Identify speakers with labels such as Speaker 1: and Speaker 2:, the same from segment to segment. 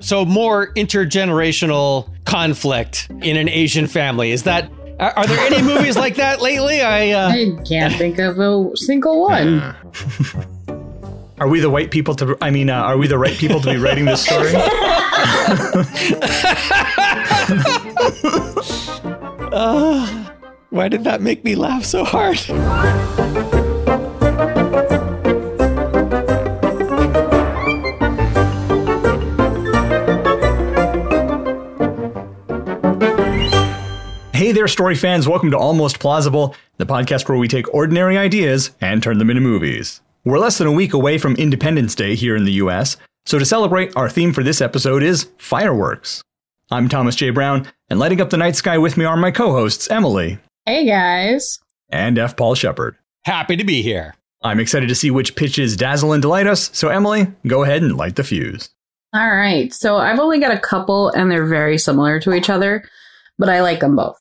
Speaker 1: So more intergenerational conflict in an Asian family. Is that are, are there any movies like that lately? I uh,
Speaker 2: I can't think of a single one.
Speaker 3: Are we the white people to? I mean, uh, are we the right people to be writing this story?
Speaker 1: why did that make me laugh so hard?
Speaker 3: hey there, story fans! Welcome to Almost Plausible, the podcast where we take ordinary ideas and turn them into movies. We're less than a week away from Independence Day here in the U.S., so to celebrate, our theme for this episode is fireworks. I'm Thomas J. Brown, and lighting up the night sky with me are my co-hosts Emily
Speaker 2: Hey guys.
Speaker 3: and F. Paul Shepard.
Speaker 1: Happy to be here.
Speaker 3: I'm excited to see which pitches dazzle and delight us. So, Emily, go ahead and light the fuse.
Speaker 2: All right. So I've only got a couple and they're very similar to each other, but I like them both.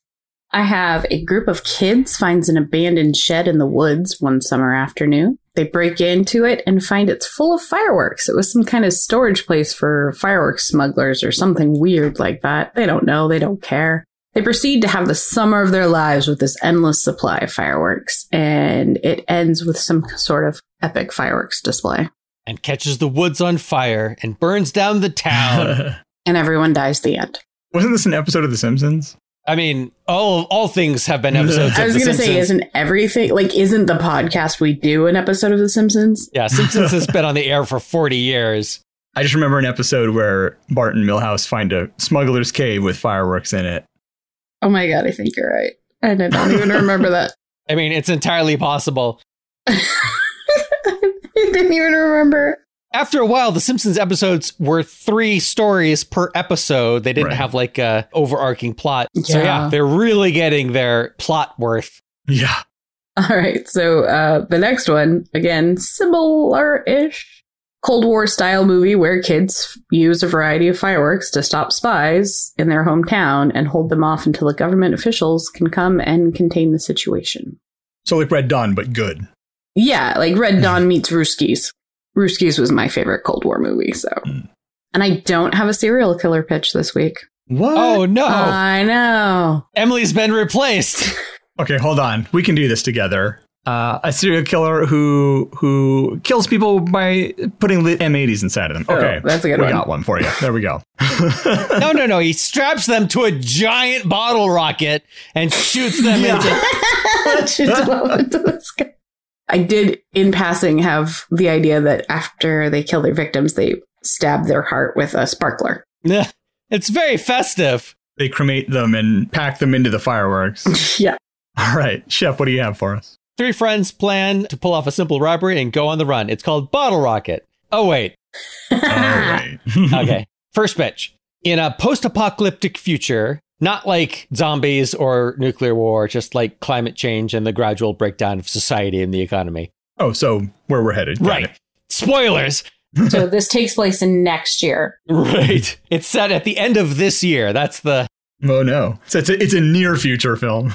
Speaker 2: I have a group of kids finds an abandoned shed in the woods one summer afternoon. They break into it and find it's full of fireworks. It was some kind of storage place for fireworks smugglers or something weird like that. They don't know. They don't care. They proceed to have the summer of their lives with this endless supply of fireworks, and it ends with some sort of epic fireworks display.
Speaker 1: And catches the woods on fire and burns down the town.
Speaker 2: And everyone dies the end.
Speaker 3: Wasn't this an episode of The Simpsons?
Speaker 1: I mean, all all things have been episodes.
Speaker 2: I
Speaker 1: of
Speaker 2: was
Speaker 1: The
Speaker 2: going to say,
Speaker 1: Simpsons.
Speaker 2: isn't everything like, isn't the podcast we do an episode of The Simpsons?
Speaker 1: yeah, Simpsons has been on the air for forty years.
Speaker 3: I just remember an episode where Bart and Milhouse find a smuggler's cave with fireworks in it.
Speaker 2: Oh my God, I think you're right. I don't even remember that.
Speaker 1: I mean, it's entirely possible.
Speaker 2: I didn't even remember.
Speaker 1: After a while, the Simpsons episodes were three stories per episode. They didn't
Speaker 3: Right.
Speaker 1: have like a overarching plot. So yeah,
Speaker 2: Yeah.
Speaker 1: they're really getting their plot worth.
Speaker 3: Yeah.
Speaker 2: All right. So uh, the next one, again, similar ish Cold War style movie where kids f- use a variety of fireworks to stop spies in their hometown and hold them off until the government officials can come and contain the situation.
Speaker 3: So, like Red Dawn, but good.
Speaker 2: Yeah, like Red Dawn meets Rooskies. Rooskies was my favorite Cold War movie, so. And I don't have a serial killer pitch this week.
Speaker 3: What?
Speaker 1: Oh no.
Speaker 2: I know.
Speaker 1: Emily's been replaced.
Speaker 3: Okay, hold on. We can do this together. Uh, a serial killer who who kills people by putting lit M80s inside of them.
Speaker 2: Oh,
Speaker 3: Okay,
Speaker 2: that's a good
Speaker 3: we
Speaker 2: one.
Speaker 3: got one for you. There we go.
Speaker 1: No, no, no. He straps them to a giant bottle rocket and shoots them
Speaker 3: Yeah.
Speaker 1: into
Speaker 2: Just love it to the sky. I did, in passing, have the idea that after they kill their victims, they stab their heart with a sparkler.
Speaker 1: Nah, It's very festive.
Speaker 3: they cremate them and pack them into the fireworks.
Speaker 2: yeah.
Speaker 3: All right, Chef, what do you have for us?
Speaker 1: Three friends plan to pull off a simple robbery and go on the run. It's called Bottle Rocket. Oh, wait.
Speaker 3: All right.
Speaker 1: Okay. First pitch. In a post apocalyptic future, not like zombies or nuclear war, just like climate change and the gradual breakdown of society and the economy.
Speaker 3: Oh, so where we're headed. Got it.
Speaker 1: Spoilers.
Speaker 2: so this takes place in next year.
Speaker 1: Right. It's set at the end of this year. That's the
Speaker 3: Oh no. So it's a, it's a near future film.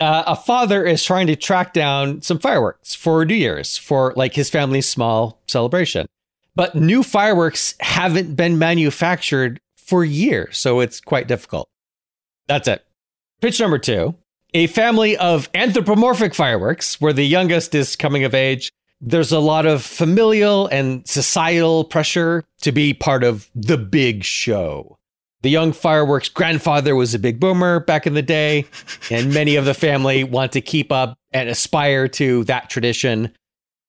Speaker 1: uh, a father is trying to track down some fireworks for New Year's for like his family's small celebration. But new fireworks haven't been manufactured for years, so it's quite difficult. That's it. Pitch number two a family of anthropomorphic fireworks where the youngest is coming of age. There's a lot of familial and societal pressure to be part of the big show. The young fireworks grandfather was a big boomer back in the day, and many of the family want to keep up and aspire to that tradition.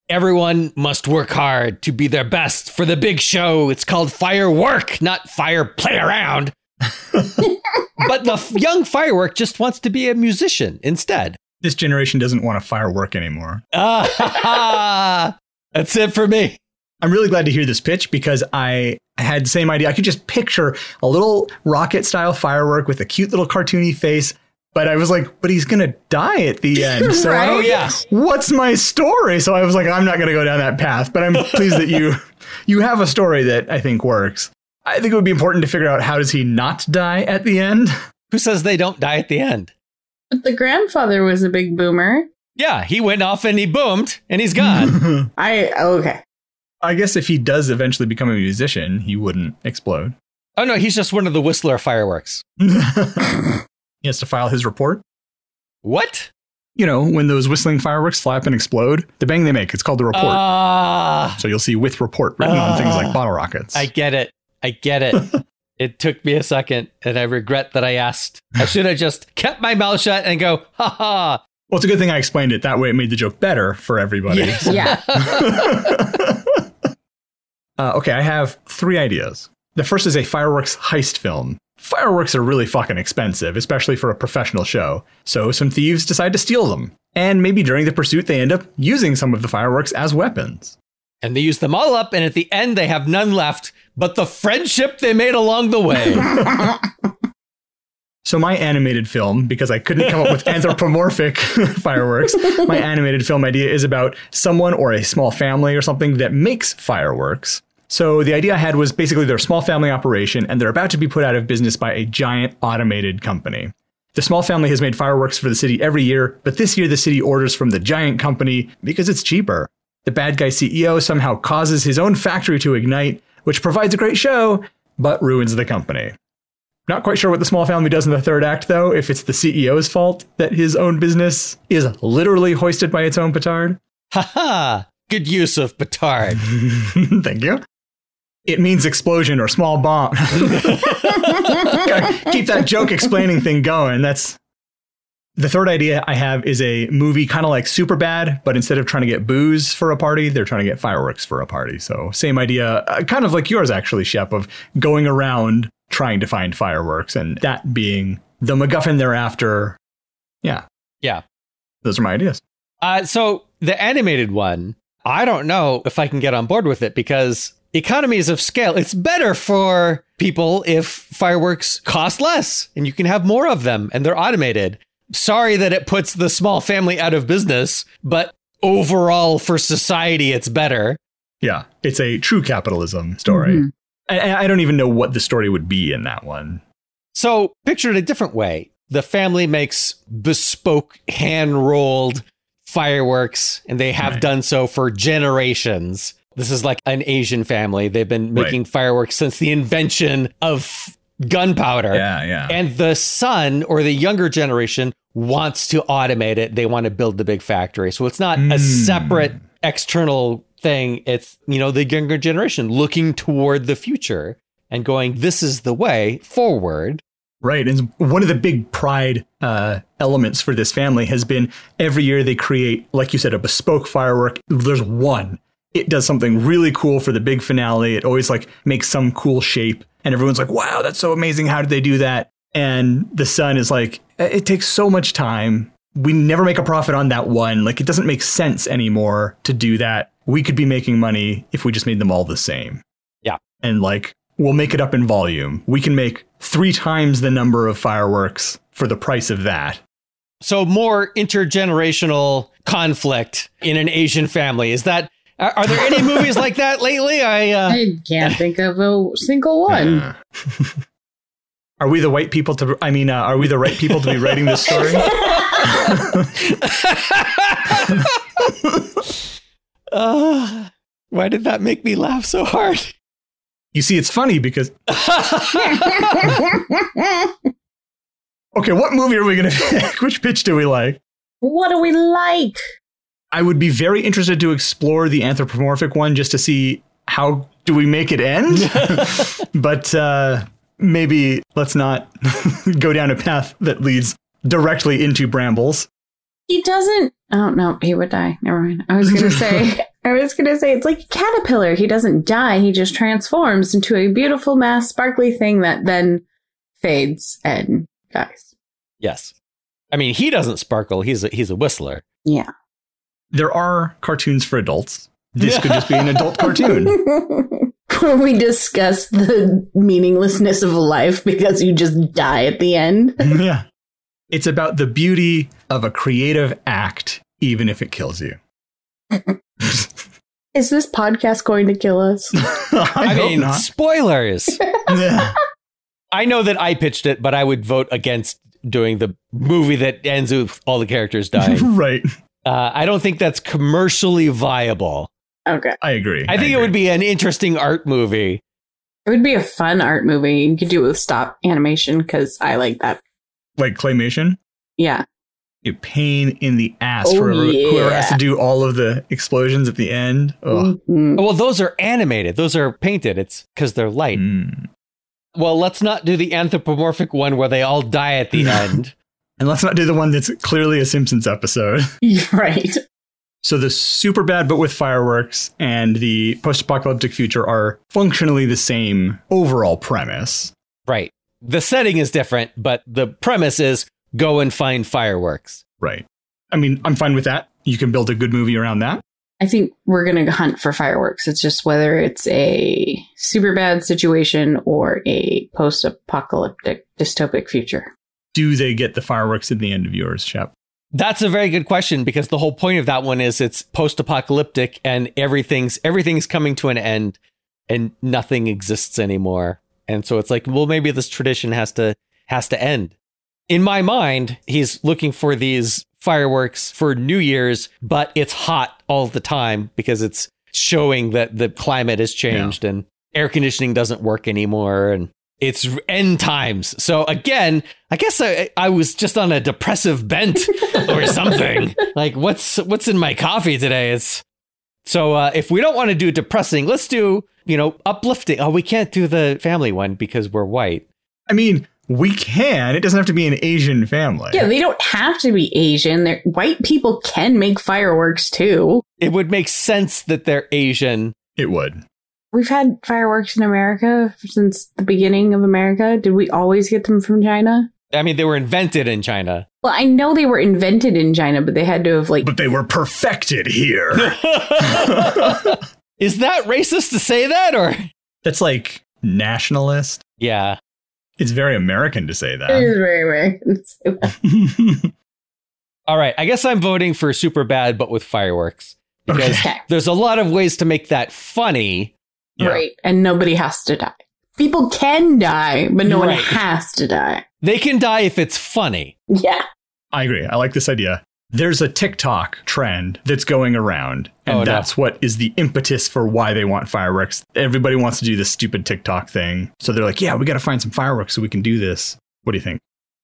Speaker 1: Everyone must work hard to be their best for the big show. It's called firework, not fire play around. but the f- young firework just wants to be a musician instead.
Speaker 3: This generation doesn't want a firework anymore.
Speaker 1: Ah, that's it for me.
Speaker 3: I'm really glad to hear this pitch because I had the same idea. I could just picture a little rocket style firework with a cute little cartoony face, but I was like, but he's going to die at the end. So I don't-
Speaker 1: Oh, yeah.
Speaker 3: what's my story? So I was like, I'm not going to go down that path, but I'm pleased that you you have a story that I think works. I think it would be important to figure out how does he not die at the end?
Speaker 1: Who says they don't die at the end?
Speaker 2: But the grandfather was a big boomer.
Speaker 1: Yeah, he went off and he boomed and he's gone.
Speaker 2: I, oh, okay.
Speaker 3: I guess if he does eventually become a musician, he wouldn't explode.
Speaker 1: Oh no, he's just one of the Whistler fireworks.
Speaker 3: he has to file his report.
Speaker 1: What?
Speaker 3: You know, when those whistling fireworks flap and explode, the bang they make, it's called the report.
Speaker 1: Ah,
Speaker 3: so you'll see with report written on things like bottle rockets.
Speaker 1: I get it. I get it. it took me a second, and I regret that I asked. I should have just kept my mouth shut and go, ha ha.
Speaker 3: well, it's a good thing I explained it. That way it made the joke better for everybody.
Speaker 2: Yeah.
Speaker 3: Uh, okay, I have three ideas. The first is a fireworks heist film. Fireworks are really fucking expensive, especially for a professional show. So some thieves decide to steal them. And maybe during the pursuit, they end up using some of the fireworks as weapons.
Speaker 1: And they use them all up, and at the end, they have none left but the friendship they made along the way.
Speaker 3: So my animated film, because I couldn't come up with anthropomorphic fireworks, my animated film idea is about someone or a small family or something that makes fireworks. So the idea I had was basically their small family operation and they're about to be put out of business by a giant automated company. The small family has made fireworks for the city every year, but this year the city orders from the giant company because it's cheaper. The bad guy CEO somehow causes his own factory to ignite, which provides a great show, but ruins the company. Not quite sure what the small family does in the third act, though, if it's the CEO's fault that his own business is literally hoisted by its own petard.
Speaker 1: ha ha. Good use of petard.
Speaker 3: Thank you. It means explosion or small bomb. Gotta keep that joke explaining thing going. That's the third idea I have is a movie kind of like Superbad, but instead of trying to get booze for a party, they're trying to get fireworks for a party. So same idea, uh, kind of like yours actually, Shep, of going around trying to find fireworks and that being the MacGuffin thereafter. Yeah,
Speaker 1: Yeah.
Speaker 3: those are my ideas.
Speaker 1: Uh, so the animated one, I don't know if I can get on board with it because economies of scale. It's better for people if fireworks cost less and you can have more of them and they're automated. Sorry that it puts the small family out of business, but overall for society, it's better.
Speaker 3: Yeah, it's a true capitalism story.
Speaker 2: Mhm.
Speaker 3: I, I don't even know what the story would be in that one.
Speaker 1: So picture it a different way. The family makes bespoke hand rolled fireworks, and they have
Speaker 3: Right.
Speaker 1: done so for generations. This is like an Asian family. They've been
Speaker 3: Right.
Speaker 1: making fireworks since the invention of gunpowder.
Speaker 3: yeah.
Speaker 1: And the son or the younger generation wants to automate it. They want to build the big factory. So it's not a
Speaker 3: Mm.
Speaker 1: separate external thing. It's, you know, the younger generation looking toward the future and going, this is the way forward.
Speaker 3: Right. And one of the big pride uh, elements for this family has been every year they create, like you said, a bespoke firework. There's one. It does something really cool for the big finale. It always like makes some cool shape. And everyone's like, wow, that's so amazing. How did they do that? And the son is like, it takes so much time. We never make a profit on that one. Like, it doesn't make sense anymore to do that. We could be making money if we just made them all the same and like we'll make it up in volume. We can make three times the number of fireworks for the price of that.
Speaker 1: so more intergenerational conflict in an Asian family. Is that are, are there any movies like that lately? I uh,
Speaker 2: I can't think of a single one.
Speaker 3: Yeah. are we the white people to? I mean, uh, are we the right people to be writing this story?
Speaker 1: uh, why did that make me laugh so hard?
Speaker 3: You see, it's funny because okay, what movie are we gonna pick? Which pitch do we like?
Speaker 2: what do we like?
Speaker 3: I would be very interested to explore the anthropomorphic one just to see how do we make it end. but uh, maybe let's not go down a path that leads directly into brambles.
Speaker 2: He doesn't. Oh no, he would die. Never mind. I was gonna say. I was gonna say it's like a caterpillar. He doesn't die. He just transforms into a beautiful mass, sparkly thing that then fades and dies.
Speaker 1: yes, I mean he doesn't sparkle. He's a, he's a whistler.
Speaker 2: Yeah.
Speaker 3: There are cartoons for adults. This could just be an adult cartoon.
Speaker 2: Where we discuss the meaninglessness of life because you just die at the end.
Speaker 3: yeah. It's about the beauty of a creative act, even if it kills you.
Speaker 2: Is this podcast going to kill us?
Speaker 3: I,
Speaker 1: I,
Speaker 3: hope
Speaker 1: mean spoilers.
Speaker 3: not.
Speaker 1: I know that I pitched it, but I would vote against doing the movie that ends with all the characters dying.
Speaker 3: right.
Speaker 1: Uh, I don't think that's commercially viable.
Speaker 2: Okay.
Speaker 3: I agree.
Speaker 1: I think it
Speaker 3: agree.
Speaker 1: would be an interesting art movie.
Speaker 2: It would be a fun art movie. You could do it with stop animation because I like that.
Speaker 3: like claymation.
Speaker 2: Yeah.
Speaker 3: A pain in the ass
Speaker 2: Oh,
Speaker 3: for whoever, whoever has
Speaker 2: yeah.
Speaker 3: to do all of the explosions at the end. Ugh.
Speaker 2: Mhm.
Speaker 1: Well, those are animated. Those are painted. It's because they're light.
Speaker 3: Mm.
Speaker 1: Well, let's not do the anthropomorphic one where they all die at the
Speaker 3: No.
Speaker 1: end.
Speaker 3: And let's not do the one that's clearly a Simpsons episode.
Speaker 2: Mm-hmm. right.
Speaker 3: So the super bad but with fireworks and the post-apocalyptic future are functionally the same overall premise.
Speaker 1: Right. The setting is different, but the premise is go and find fireworks.
Speaker 3: Right. I mean, I'm fine with that. You can build a good movie around that.
Speaker 2: I think we're going to hunt for fireworks. It's just whether it's a super bad situation or a post apocalyptic dystopic future.
Speaker 3: Do they get the fireworks at the end of yours, Shep?
Speaker 1: That's a very good question because the whole point of that one is it's post-apocalyptic and everything's everything's coming to an end and nothing exists anymore. And so it's like, well, maybe this tradition has to has to end. In my mind, he's looking for these fireworks for New Year's, but it's hot all the time because it's showing that the climate has changed and air conditioning doesn't work anymore and it's end times. So again, I guess I, I was just on a depressive bent or something. like what's what's in my coffee today? It's so uh, if we don't want to do depressing, let's do you know uplifting. Oh, we can't do the family one because we're white.
Speaker 3: I mean, we can. It doesn't have to be an Asian family.
Speaker 2: Yeah, they don't have to be Asian. They're, white people can make fireworks too.
Speaker 1: It would make sense that they're Asian.
Speaker 3: It would.
Speaker 2: We've had fireworks in America since the beginning of America. Did we always get them from China?
Speaker 1: I mean, they were invented in China.
Speaker 2: Well, I know they were invented in China, but they had to have like
Speaker 3: But they were perfected here.
Speaker 1: Is that racist to say that or?
Speaker 3: That's like nationalist.
Speaker 1: Yeah.
Speaker 3: It's very American to say
Speaker 2: It
Speaker 3: that.
Speaker 2: is very American.
Speaker 1: All right. I guess I'm voting for super bad, but with fireworks. Because
Speaker 3: Okay.
Speaker 2: Okay.
Speaker 1: there's a lot of ways to make that funny.
Speaker 3: Yeah.
Speaker 2: Right. And nobody has to die. People can die, but no one
Speaker 1: Right.
Speaker 2: has to die.
Speaker 1: They can die if it's funny.
Speaker 2: Yeah.
Speaker 3: I agree. I like this idea. There's a TikTok trend that's going around, and
Speaker 1: Oh, no.
Speaker 3: that's what is the impetus for why they want fireworks. Everybody wants to do this stupid TikTok thing. So they're like, yeah, we got to find some fireworks so we can do this. What do you think?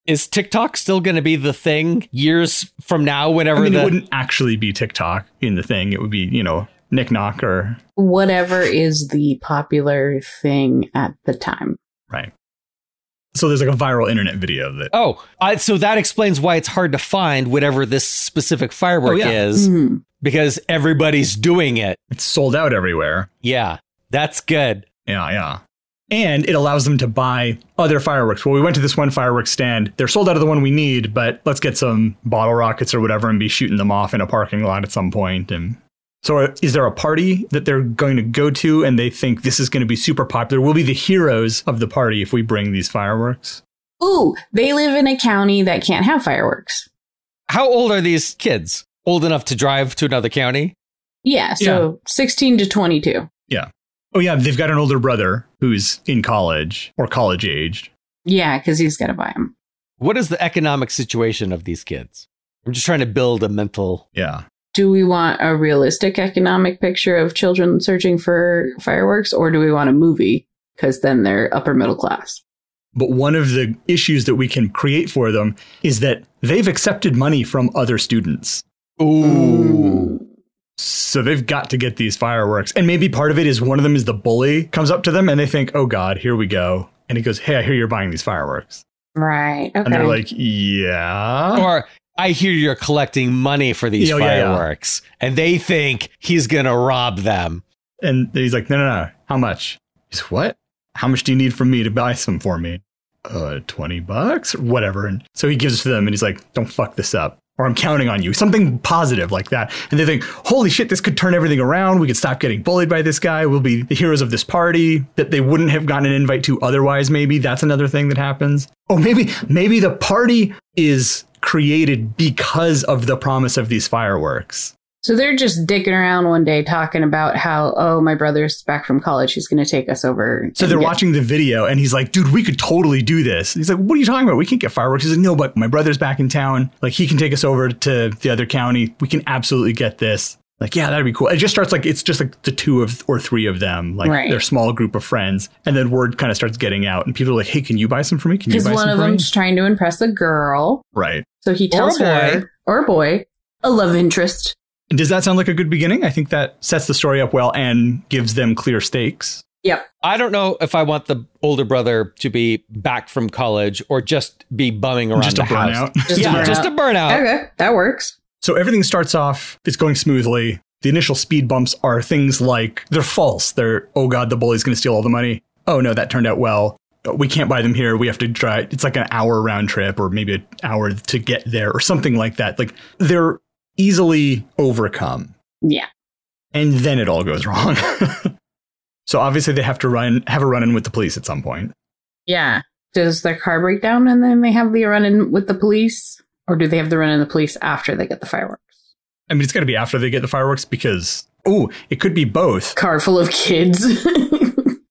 Speaker 1: Is TikTok still going to be the thing years from now? Whenever
Speaker 3: I mean,
Speaker 1: the
Speaker 3: it wouldn't actually be TikTok in the thing. It would be, you know, Nick Knock or
Speaker 2: Whatever is the popular thing at the time.
Speaker 3: right. So there's like a viral internet video that
Speaker 1: oh, I, so that explains why it's hard to find whatever this specific firework
Speaker 3: Oh, yeah.
Speaker 1: is
Speaker 2: Mhm.
Speaker 1: because everybody's doing it.
Speaker 3: it's sold out everywhere.
Speaker 1: Yeah, that's good.
Speaker 3: Yeah, yeah. And it allows them to buy other fireworks. Well, we went to this one fireworks stand. They're sold out of the one we need, but let's get some bottle rockets or whatever and be shooting them off in a parking lot at some point. And so, is there a party that they're going to go to and they think this is going to be super popular? We'll be the heroes of the party if we bring these fireworks.
Speaker 2: Ooh, they live in a county that can't have fireworks.
Speaker 1: How old are these kids? Old enough to drive to another county?
Speaker 2: Yeah. So 16 to 22.
Speaker 3: Oh, yeah, they've got an older brother who's in college or college aged.
Speaker 2: Yeah. Cause he's got to buy them.
Speaker 1: What is the economic situation of these kids? I'm just trying to build a mental.
Speaker 3: Yeah.
Speaker 2: Do we want a realistic economic picture of children searching for fireworks or do we want a movie? Cause then they're upper middle class.
Speaker 3: But one of the issues that we can create for them is that they've accepted money from other students.
Speaker 1: Ooh.
Speaker 3: So they've got to get these fireworks. And maybe part of it is one of them is the bully comes up to them and they think, oh God, here we go. And he goes, hey, I hear you're buying these fireworks.
Speaker 2: Right. Okay.
Speaker 3: And they're like, yeah.
Speaker 1: Or I hear you're collecting money for these
Speaker 3: Yeah, yeah, yeah.
Speaker 1: fireworks. And they think he's going to rob them.
Speaker 3: and he's like, no, no, no. How much? He's what? How much do you need from me to buy some for me? Uh, 20 bucks or whatever. And so he gives it to them and he's like, don't fuck this up. Or I'm counting on you. Something positive like that. And they think, holy shit, this could turn everything around. We could stop getting bullied by this guy. We'll be the heroes of this party that they wouldn't have gotten an invite to otherwise, maybe. That's another thing that happens. Oh, maybe, maybe the party is created because of the promise of these fireworks.
Speaker 2: So they're just dicking around one day talking about how, oh, my brother's back from college. He's going to take us over.
Speaker 3: So
Speaker 2: and
Speaker 3: they're
Speaker 2: get-"
Speaker 3: watching the video, and he's like, "Dude, we could totally do this." He's like, "What are you talking about? We can't get fireworks." He's like, "No, but my brother's back in town. Like, he can take us over to the other county. We can absolutely get this." Like, yeah, that'd be cool. It just starts like it's just like the two of or three of them, like
Speaker 2: Right.
Speaker 3: their small group of friends, and then word kind of starts getting out, and people are like, "Hey, can you buy some for me? Can you
Speaker 2: Because
Speaker 3: buy
Speaker 2: one
Speaker 3: some
Speaker 2: of
Speaker 3: for me?"
Speaker 2: them's trying to impress a girl.
Speaker 3: Right.
Speaker 2: So he tells
Speaker 1: boy.
Speaker 2: her, or boy, a love interest.
Speaker 3: And does that sound like a good beginning? I think that sets the story up well and gives them clear stakes.
Speaker 1: I don't know if I want the older brother to be back from college or just be bumming around
Speaker 3: Just a
Speaker 1: the house.
Speaker 3: burnout.
Speaker 2: Just a
Speaker 1: yeah,
Speaker 2: burnout.
Speaker 1: just a
Speaker 3: Uh,
Speaker 1: burnout.
Speaker 2: Okay, that works.
Speaker 3: So everything starts off, it's going smoothly. The initial speed bumps are things like they're false. They're, oh God, the bully's going to steal all the money. Oh no, that turned out well. We can't buy them here. We have to try. It's like an hour round trip or maybe an hour to get there or something like that. Like they're easily overcome.
Speaker 2: Yeah.
Speaker 3: And then it all goes wrong. so obviously they have to run, have a run in with the police at some point.
Speaker 2: Yeah. Does their car break down and then they have the run in with the police? Or do they have the run in the police after they get the fireworks?
Speaker 3: I mean, it's got to be after they get the fireworks because, oh, it could be both.
Speaker 2: Car full of kids.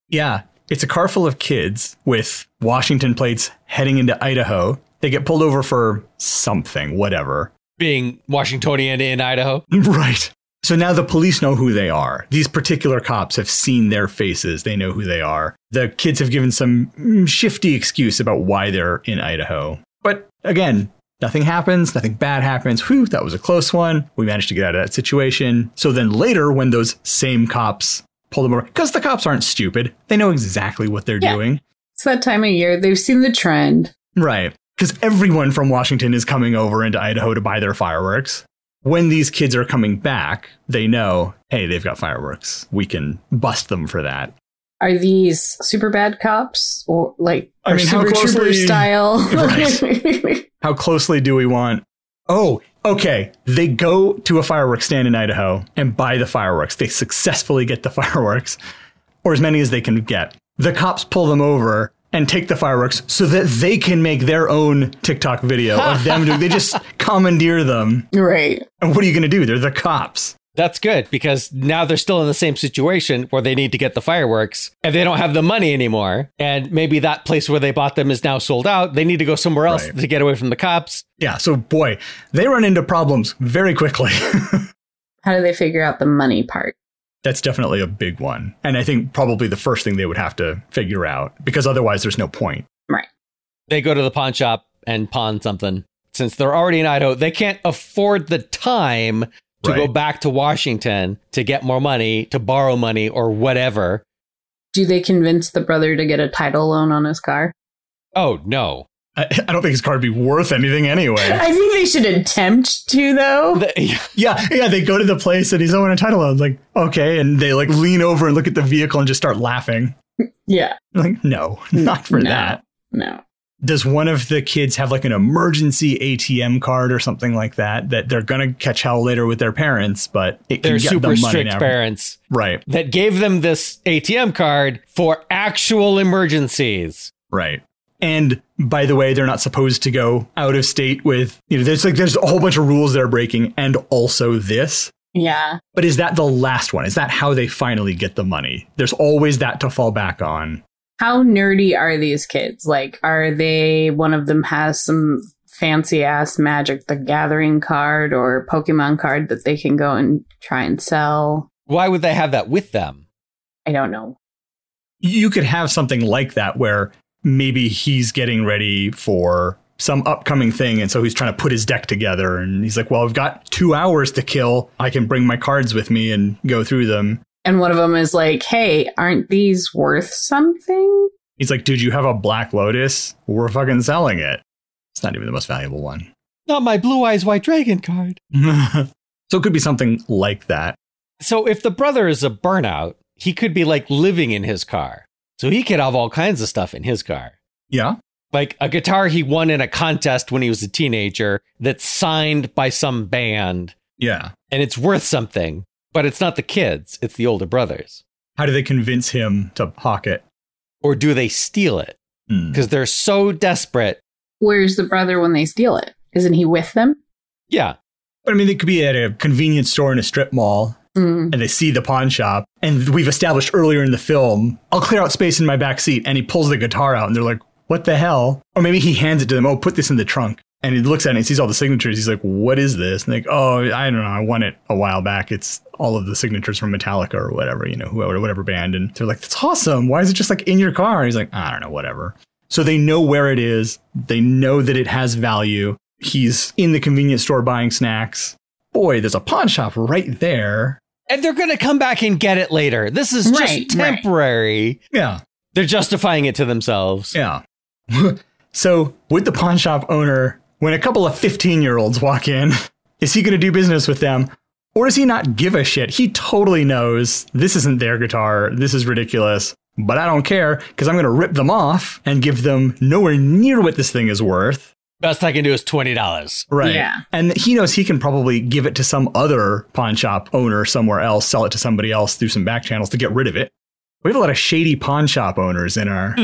Speaker 3: Yeah. It's a car full of kids with Washington plates heading into Idaho. They get pulled over for something, whatever.
Speaker 1: Being Washingtonian in Idaho.
Speaker 3: Right. So now the police know who they are. These particular cops have seen their faces. They know who they are. The kids have given some mm, shifty excuse about why they're in Idaho. But again, nothing happens. Nothing bad happens. Whew, that was a close one. We managed to get out of that situation. So then later, when those same cops pull them over, because the cops aren't stupid, they know exactly what they're
Speaker 2: Yeah.
Speaker 3: doing.
Speaker 2: it's that time of year. They've seen the trend.
Speaker 3: Right. Because everyone from Washington is coming over into Idaho to buy their fireworks. When these kids are coming back, they know, hey, they've got fireworks. We can bust them for that.
Speaker 2: Are these super bad cops or like
Speaker 3: I
Speaker 2: or
Speaker 3: mean, how
Speaker 2: super trooper
Speaker 3: closely-
Speaker 2: style?
Speaker 3: Right. How closely do we want? Oh, okay. They go to a fireworks stand in Idaho and buy the fireworks. They successfully get the fireworks, or as many as they can get. The cops pull them over and take the fireworks so that they can make their own TikTok video of them doing. They just commandeer them.
Speaker 2: right.
Speaker 3: And what are you going to do? They're the cops.
Speaker 1: That's good because now they're still in the same situation where they need to get the fireworks and they don't have the money anymore. And maybe that place where they bought them is now sold out. They need to go somewhere else
Speaker 3: Right.
Speaker 1: to get away from the cops.
Speaker 3: Yeah. So, boy, they run into problems very quickly.
Speaker 2: How do they figure out the money part?
Speaker 3: That's definitely a big one. And I think probably the first thing they would have to figure out because otherwise there's no point.
Speaker 1: They go to the pawn shop and pawn something. Since they're already in Idaho, they can't afford the time to go
Speaker 3: Right.
Speaker 1: back to Washington to get more money, to borrow money or whatever.
Speaker 2: Do they convince the brother to get a title loan on his car?
Speaker 1: Oh, no.
Speaker 3: I, I don't think his car would be worth anything anyway.
Speaker 2: I think they should attempt to though.
Speaker 1: The-
Speaker 3: yeah. Yeah. They go to the place and he's owing a title. I was like, okay. And they like lean over and look at the vehicle and just start laughing.
Speaker 2: yeah.
Speaker 3: I'm like, no,
Speaker 1: Mm,
Speaker 3: not for
Speaker 2: No.
Speaker 3: that.
Speaker 2: No.
Speaker 3: Does one of the kids have like an emergency ATM card or something like that that they're going to catch hell later with their parents, but it can
Speaker 1: they're
Speaker 3: get
Speaker 1: super
Speaker 3: them money
Speaker 1: strict
Speaker 3: now.
Speaker 1: parents.
Speaker 3: Right.
Speaker 1: that gave them this ATM card for actual emergencies.
Speaker 3: Right. And by the way, they're not supposed to go out of state with, you know, there's like, there's a whole bunch of rules they're breaking and also this.
Speaker 2: Yeah.
Speaker 3: But is that the last one? Is that how they finally get the money? There's always that to fall back on.
Speaker 2: How nerdy are these kids? Like, are they one of them has some fancy ass Magic the Gathering card or Pokemon card that they can go and try and sell?
Speaker 1: Why would they have that with them?
Speaker 2: I don't know.
Speaker 3: You could have something like that where maybe he's getting ready for some upcoming thing. And so he's trying to put his deck together. And he's like, well, I've got two hours to kill. I can bring my cards with me and go through them.
Speaker 2: And one of them is like, hey, aren't these worth something?
Speaker 3: He's like, dude, you have a Black Lotus. We're fucking selling it. It's not even the most valuable one.
Speaker 1: Not my blue eyes white dragon card.
Speaker 3: so it could be something like that.
Speaker 1: So if the brother is a burnout, he could be like living in his car. So he could have all kinds of stuff in his car.
Speaker 3: Yeah.
Speaker 1: Like a guitar he won in a contest when he was a teenager that's signed by some band
Speaker 3: Yeah.
Speaker 1: and it's worth something, but it's not the kids, it's the older brothers.
Speaker 3: How do they convince him to hawk it?
Speaker 1: Or do they steal it?
Speaker 3: Hmm.
Speaker 1: Because they're so desperate.
Speaker 2: Where's the brother when they steal it? Isn't he with them?
Speaker 1: Yeah.
Speaker 3: But I mean, they could be at a convenience store in a strip mall
Speaker 2: Mm.
Speaker 3: and they see the pawn shop. And we've established earlier in the film, I'll clear out space in my back seat. And he pulls the guitar out and they're like, what the hell? Or maybe he hands it to them. Oh, put this in the trunk. And he looks at it and sees all the signatures. He's like, what is this? And like, oh, I don't know. I won it a while back. It's all of the signatures from Metallica or whatever, you know, whoever, whatever band. And they're like, that's awesome. Why is it just like in your car? He's like, I don't know, whatever. So they know where it is. They know that it has value. He's in the convenience store buying snacks. Boy, there's a pawn shop right there.
Speaker 1: And they're going to come back and get it later. This is just
Speaker 2: Right, right.
Speaker 1: temporary.
Speaker 3: Yeah.
Speaker 1: They're justifying it to themselves.
Speaker 3: Yeah. so would the pawn shop owner, when a couple of 15 year olds walk in, is he going to do business with them? Or does he not give a shit? He totally knows this isn't their guitar. This is ridiculous. But I don't care because I'm going to rip them off and give them nowhere near what this thing is worth.
Speaker 1: Best I can do is twenty dollars.
Speaker 3: Right.
Speaker 2: Yeah.
Speaker 3: And he knows he can probably give it to some other pawn shop owner somewhere else, sell it to somebody else through some back channels to get rid of it. We have a lot of shady pawn shop owners in our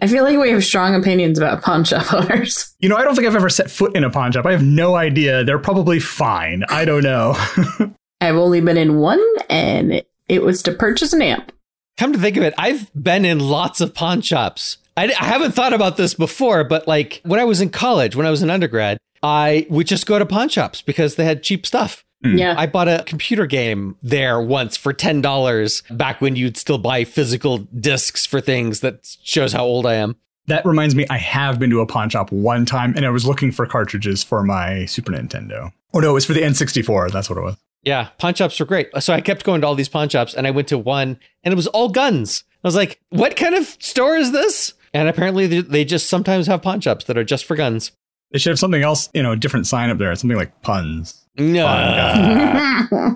Speaker 2: I feel like we have strong opinions about pawn shop owners.
Speaker 3: You know, I don't think I've ever set foot in a pawn shop. I have no idea. They're probably fine. I don't know.
Speaker 2: I've only been in one, and it, it was to purchase an amp.
Speaker 1: Come to think of it, I've been in lots of pawn shops. I, I haven't thought about this before, but like when I was in college, when I was an undergrad, I would just go to pawn shops because they had cheap stuff.
Speaker 3: Hmm.
Speaker 2: Yeah.
Speaker 1: I bought a computer game there once for ten dollars back when you'd still buy physical discs for things. That shows how old I am.
Speaker 3: that reminds me, I have been to a pawn shop one time and I was looking for cartridges for my Super Nintendo. Oh, no, it was for the N64. That's what it was.
Speaker 1: Yeah, pawn shops were great. So I kept going to all these pawn shops and I went to one and it was all guns. I was like, what kind of store is this? And apparently they- they just sometimes have pawn shops that are just for guns.
Speaker 3: They should have something else, you know, a different sign up there, something like puns. Oh,
Speaker 1: No.
Speaker 2: Uh.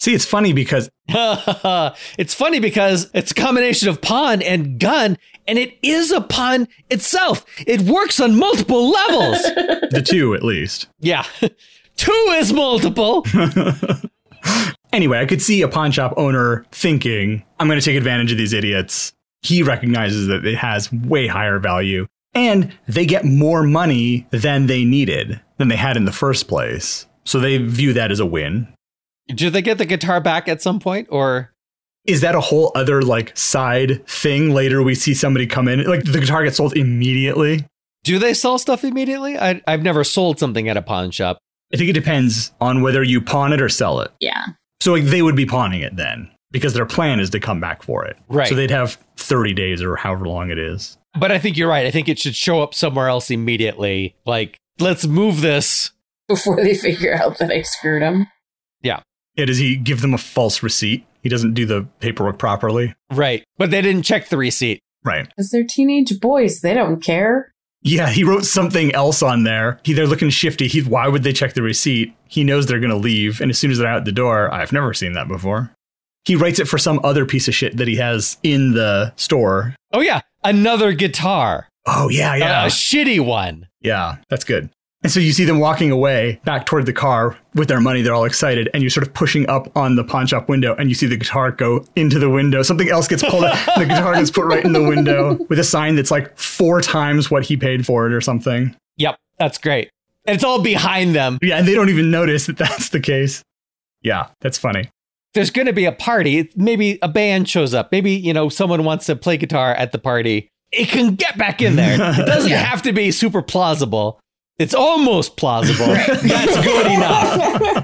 Speaker 3: See, it's funny because
Speaker 1: it's funny because it's a combination of pawn and gun, and it is a pawn itself. It works on multiple levels.
Speaker 3: the two, at least.
Speaker 1: yeah. Two is multiple.
Speaker 3: Anyway, I could see a pawn shop owner thinking, I'm going to take advantage of these idiots. He recognizes that it has way higher value and they get more money than they needed, than they had in the first place. So they view that as a win.
Speaker 1: Do they get the guitar back at some point or?
Speaker 3: Is that a whole other like side thing? Later, we see somebody come in, like the guitar gets sold immediately.
Speaker 1: Do they sell stuff immediately? I, I've never sold something at a pawn shop.
Speaker 3: I think it depends on whether you pawn it or sell it.
Speaker 2: yeah.
Speaker 3: So like they would be pawning it then because their plan is to come back for it.
Speaker 1: Right.
Speaker 3: So they'd have 30 days or however long it is.
Speaker 1: But I think you're right. I think it should show up somewhere else immediately. Like, let's move this.
Speaker 2: Before they figure out that I screwed them.
Speaker 3: Yeah, does he give them a false receipt? He doesn't do the paperwork properly.
Speaker 1: Right. But they didn't check the receipt.
Speaker 3: Right.
Speaker 2: Because they're teenage boys. They don't care.
Speaker 3: Yeah, he wrote something else on there. He, they're looking shifty. He, why would they check the receipt? He knows they're going to leave. And as soon as they're out the door, I've never seen that before. He writes it for some other piece of shit that he has in the store.
Speaker 1: Oh, yeah. Another guitar.
Speaker 3: Oh, yeah, yeah.
Speaker 1: A, a shitty one.
Speaker 3: yeah, that's good. And so you see them walking away back toward the car with their money. They're all excited. And you're sort of pushing up on the pawn shop window and you see the guitar go into the window. Something else gets pulled out. The guitar gets put right in the window with a sign that's like four times what he paid for it or something.
Speaker 1: Yep. That's great. And it's all behind them.
Speaker 3: Yeah. And they don't even notice that that's the case. Yeah. That's funny.
Speaker 1: There's going to be a party. Maybe a band shows up. Maybe, you know, someone wants to play guitar at the party. It can get back in there. It doesn't
Speaker 3: Yeah.
Speaker 1: have to be super plausible. It's almost plausible. That's good enough.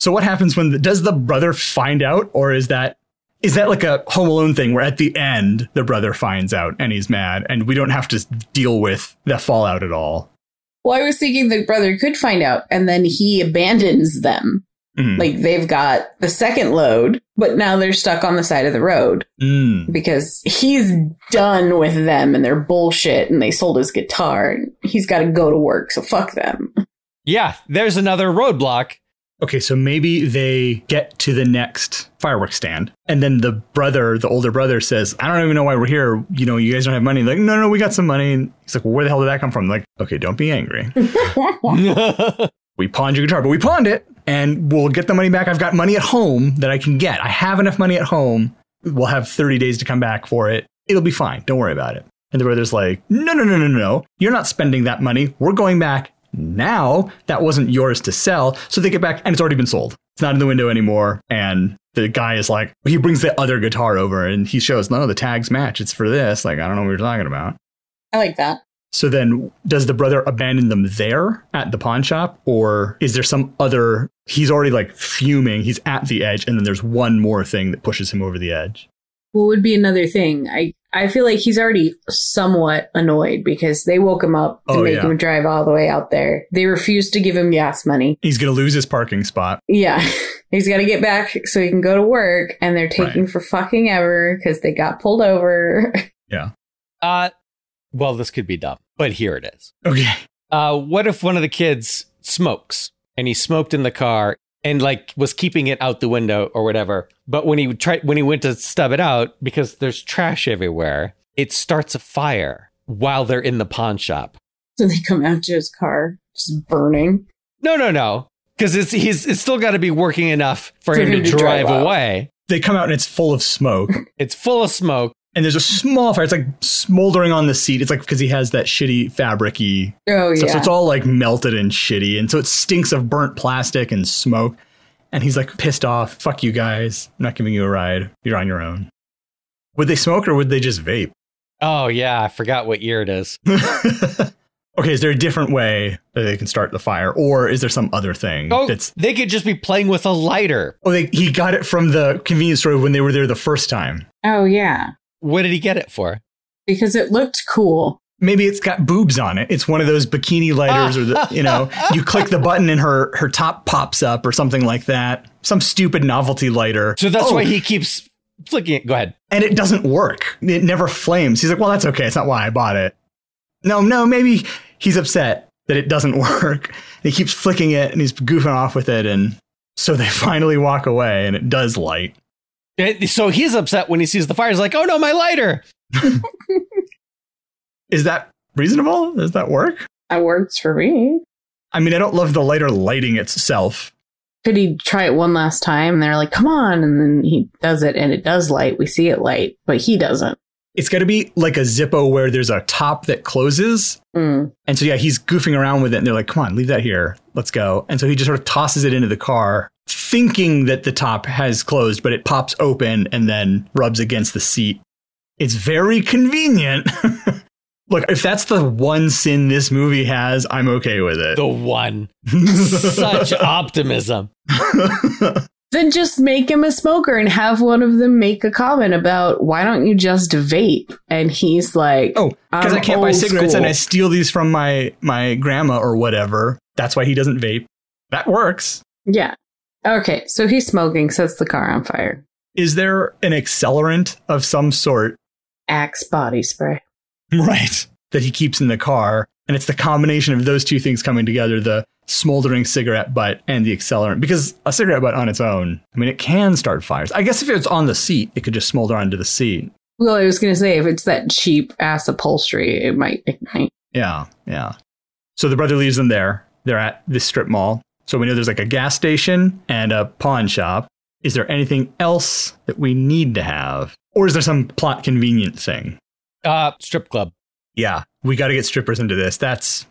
Speaker 3: So what happens when the, does the brother find out or is that is that like a home alone thing where at the end the brother finds out and he's mad and we don't have to deal with the fallout at all?
Speaker 2: Well, I was thinking the brother could find out, and then he abandons them.
Speaker 3: Mhm.
Speaker 2: Like they've got the second load, but now they're stuck on the side of the road
Speaker 3: Mm.
Speaker 2: because he's done with them and their bullshit, and they sold his guitar, and he's got to go to work, so fuck them.
Speaker 1: Yeah. There's another roadblock.
Speaker 3: Okay, so maybe they get to the next fireworks stand, and then the brother, the older brother, says, "I don't even know why we're here. You know, you guys don't have money." Like, no, no, we got some money. And he's like, well, "Where the hell did that come from?" Like, okay, don't be angry. We pawned your guitar, but we pawned it, and we'll get the money back. I've got money at home that I can get. I have enough money at home. We'll have thirty days to come back for it. It'll be fine. Don't worry about it. And the brother's like, "No, no, no, no, no, no. You're not spending that money. We're going back." Now that wasn't yours to sell, so they get back and it's already been sold. It's not in the window anymore. And the guy is like, he brings the other guitar over and he shows, no, the tags match. It's for this. Like, I don't know what you're talking about.
Speaker 2: I like that.
Speaker 3: So then, does the brother abandon them there at the pawn shop, or is there some other? He's already like fuming. He's at the edge, and then there's one more thing that pushes him over the edge.
Speaker 2: What would be another thing? I I feel like he's already somewhat annoyed because they woke him up to
Speaker 3: Oh,
Speaker 2: make
Speaker 3: yeah.
Speaker 2: him drive all the way out there. They refused to give him gas money.
Speaker 3: He's gonna lose his parking spot.
Speaker 2: Yeah. He's got to get back so he can go to work, and they're taking for fucking ever because they got pulled over.
Speaker 1: Uh, well, this could be dumb, but here it is.
Speaker 3: Okay.
Speaker 1: Uh, what if one of the kids smokes and he smoked in the car and like was keeping it out the window or whatever? But when he tried, when he went to stub it out because there's trash everywhere, it starts a fire while they're in the pawn shop.
Speaker 2: so they come out to his car, just burning.
Speaker 1: No, no, no, because it's he's it's still got to be working enough for, him, to, drive,
Speaker 2: out.
Speaker 1: away.
Speaker 3: They come out and it's full of smoke,
Speaker 1: It's full of smoke.
Speaker 3: and there's a small fire. It's like smoldering on the seat. It's like because he has that shitty fabricy
Speaker 2: Oh,
Speaker 3: So,
Speaker 2: yeah.
Speaker 3: so it's all like melted and shitty. And so it stinks of burnt plastic and smoke. And he's like pissed off. Fuck you guys. I'm not giving you a ride. You're on your own. Would they smoke or would they just vape?
Speaker 1: Oh yeah, I forgot what year it is.
Speaker 3: okay, is there a different way that they can start the fire? Or is there some other thing
Speaker 1: Oh,
Speaker 3: that's
Speaker 1: they could just be playing with a lighter.
Speaker 3: Oh they, he got it from the convenience store when they were there the first time.
Speaker 2: oh, yeah.
Speaker 1: What did he get it for?
Speaker 2: Because it looked cool.
Speaker 3: Maybe it's got boobs on it. It's one of those bikini lighters or
Speaker 1: Ah.
Speaker 3: the you know, you click the button and her her top pops up or something like that. Some stupid novelty lighter.
Speaker 1: So that's
Speaker 3: Oh,
Speaker 1: why he keeps flicking it. Go ahead.
Speaker 3: and it doesn't work. It never flames. He's like, well, that's okay. It's not why I bought it. No, no, maybe he's upset that it doesn't work. And he keeps flicking it and he's goofing off with it. And so they finally walk away and it does light.
Speaker 1: And Eh, So he's upset when he sees the fire. He's like, "Oh no, my lighter!"
Speaker 3: Is that reasonable? Does that work?
Speaker 2: That works for me.
Speaker 3: I mean, I don't love the lighter lighting itself.
Speaker 2: Could he try it one last time? And they're like, come on. And then he does it, and it does light. We see it light, but he doesn't.
Speaker 3: It's got to be like a Zippo where there's a top that closes
Speaker 2: Mm.
Speaker 3: And so yeah, he's goofing around with it, and they're like, "Come on, leave that here. Let's go." And so he just sort of tosses it into the car, thinking that the top has closed, but it pops open and then rubs against the seat. It's very convenient. Look, if that's the one sin this movie has, I'm okay with it.
Speaker 1: The one, such optimism.
Speaker 2: Then just make him a smoker and have one of them make a comment about why don't you just vape? And he's like,
Speaker 3: oh, because I
Speaker 2: I'm
Speaker 3: can't buy
Speaker 2: old
Speaker 3: cigarettes and I
Speaker 2: school.
Speaker 3: steal these from my my grandma or whatever. That's why he doesn't vape. That works.
Speaker 2: yeah. Okay, so he's smoking, sets the car on fire.
Speaker 3: Is there an accelerant of some sort
Speaker 2: Axe body spray.
Speaker 3: Right. That he keeps in the car. And it's the combination of those two things coming together the smoldering cigarette butt and the accelerant. Because a cigarette butt on its own, I mean, it can start fires. I guess if it's on the seat, it could just smolder onto the seat.
Speaker 2: Well, I was going to say, if it's that cheap ass upholstery, it might ignite.
Speaker 3: Yeah. Yeah. So the brother leaves them there. They're at this strip mall. So we know there's like a gas station and a pawn shop. Is there anything else that we need to have? Or is there some plot convenient thing?
Speaker 1: Uh, strip club.
Speaker 3: yeah, we got to get strippers into this. That's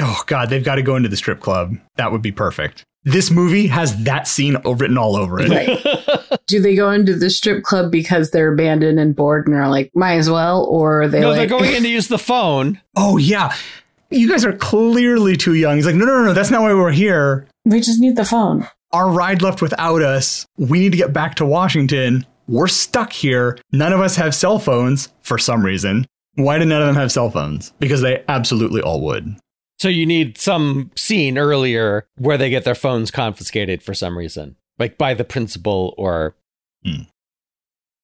Speaker 3: oh god, they've got to go into the strip club. That would be perfect. This movie has that scene written all over it.
Speaker 2: Right. Do they go into the strip club because they're abandoned and bored and are like, might as well? Or are they
Speaker 1: no,
Speaker 2: like,
Speaker 1: they're going in to use the phone.
Speaker 3: Oh yeah, you guys are clearly too young. He's like, no, no, no, no, that's not why we're here.
Speaker 2: we just need the phone.
Speaker 3: Our ride left without us. We need to get back to Washington. We're stuck here. None of us have cell phones for some reason. Why do none of them have cell phones? Because they absolutely all would.
Speaker 1: So you need some scene earlier where they get their phones confiscated for some reason, like by the principal or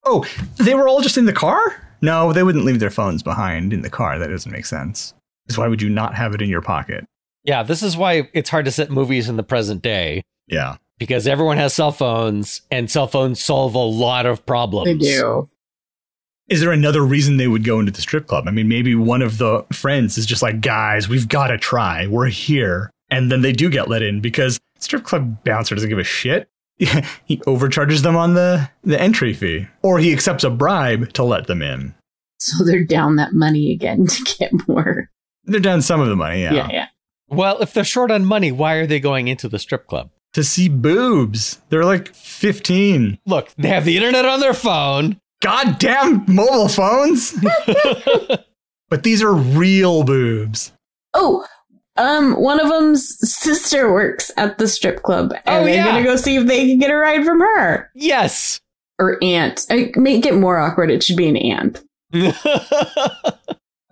Speaker 3: Oh, they were all just in the car? No, they wouldn't leave their phones behind in the car. That doesn't make sense. Because why would you not have it in your pocket?
Speaker 1: yeah. This is why it's hard to set movies in the present day
Speaker 3: Yeah.
Speaker 1: because everyone has cell phones, and cell phones solve a lot of problems.
Speaker 2: They do.
Speaker 3: Is there another reason they would go into the strip club? I mean, maybe one of the friends is just like, guys, we've got to try. We're here. And then they do get let in because strip club bouncer doesn't give a shit. he overcharges them on the, the entry fee, or he accepts a bribe to let them in.
Speaker 2: So they're down that money again to get more.
Speaker 3: They're down some of the money, yeah.
Speaker 2: yeah.
Speaker 1: Well, if they're short on money, why are they going into the strip club?
Speaker 3: To see boobs. They're like 15.
Speaker 1: Look, they have the internet on their phone.
Speaker 3: goddamn mobile phones. But these are real boobs.
Speaker 2: Oh, um, one of them's sister works at the strip club, and
Speaker 1: Oh,
Speaker 2: they're
Speaker 1: yeah.
Speaker 2: gonna go see if they can get a ride from her
Speaker 1: Yes.
Speaker 2: or aunt. I, make it more awkward. It should be an aunt.
Speaker 1: I,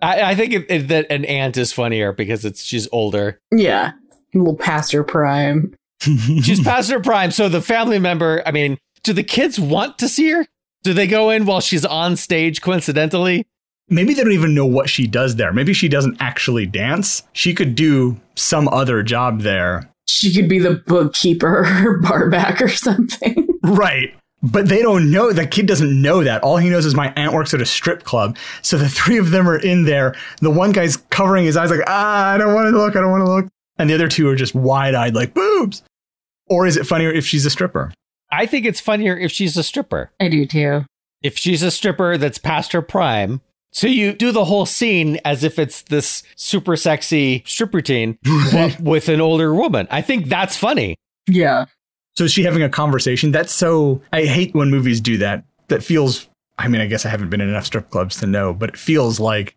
Speaker 1: I think it, it, that an aunt is funnier because it's she's older.
Speaker 2: Yeah, a little past her prime.
Speaker 1: She's past her prime, so the family member. I mean, do the kids want to see her? Do they go in while she's on stage coincidentally?
Speaker 3: Maybe they don't even know what she does there. Maybe she doesn't actually dance. She could do some other job there.
Speaker 2: She could be the bookkeeper or barback or something.
Speaker 3: Right. But they don't know. The kid doesn't know that. All he knows is my aunt works at a strip club. So the three of them are in there. The one guy's covering his eyes, like, ah, I don't want to look. I don't want to look. And the other two are just wide eyed, like, boobs. Or is it funnier if she's a stripper?
Speaker 1: I think it's funnier if she's a stripper.
Speaker 2: I do too.
Speaker 1: If she's a stripper that's past her prime. So you do the whole scene as if it's this super sexy strip routine but with an older woman. I think that's funny.
Speaker 2: Yeah.
Speaker 3: So is she having a conversation? That's so. I hate when movies do that. That feels. I mean, I guess I haven't been in enough strip clubs to know, but it feels like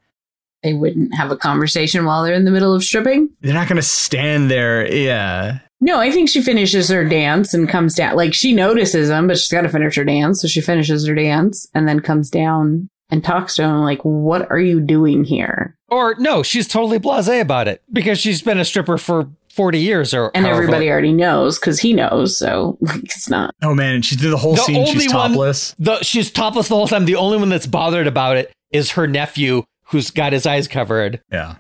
Speaker 2: They wouldn't have a conversation while they're in the middle of stripping.
Speaker 3: they're not going to stand there. Yeah.
Speaker 2: No, I think she finishes her dance and comes down. Like she notices him, but she's got to finish her dance. So she finishes her dance and then comes down and talks to him, like, What are you doing here?
Speaker 1: Or no, she's totally blase about it because she's been a stripper for 40 years or
Speaker 2: And
Speaker 1: however
Speaker 2: everybody already knows because he knows. So like, it's not.
Speaker 3: Oh man, and she did the whole
Speaker 1: The
Speaker 3: scene. She's
Speaker 1: only one-
Speaker 3: topless.
Speaker 1: the she's topless the whole time. The only one that's bothered about it is her nephew who's got his eyes covered.
Speaker 3: Yeah.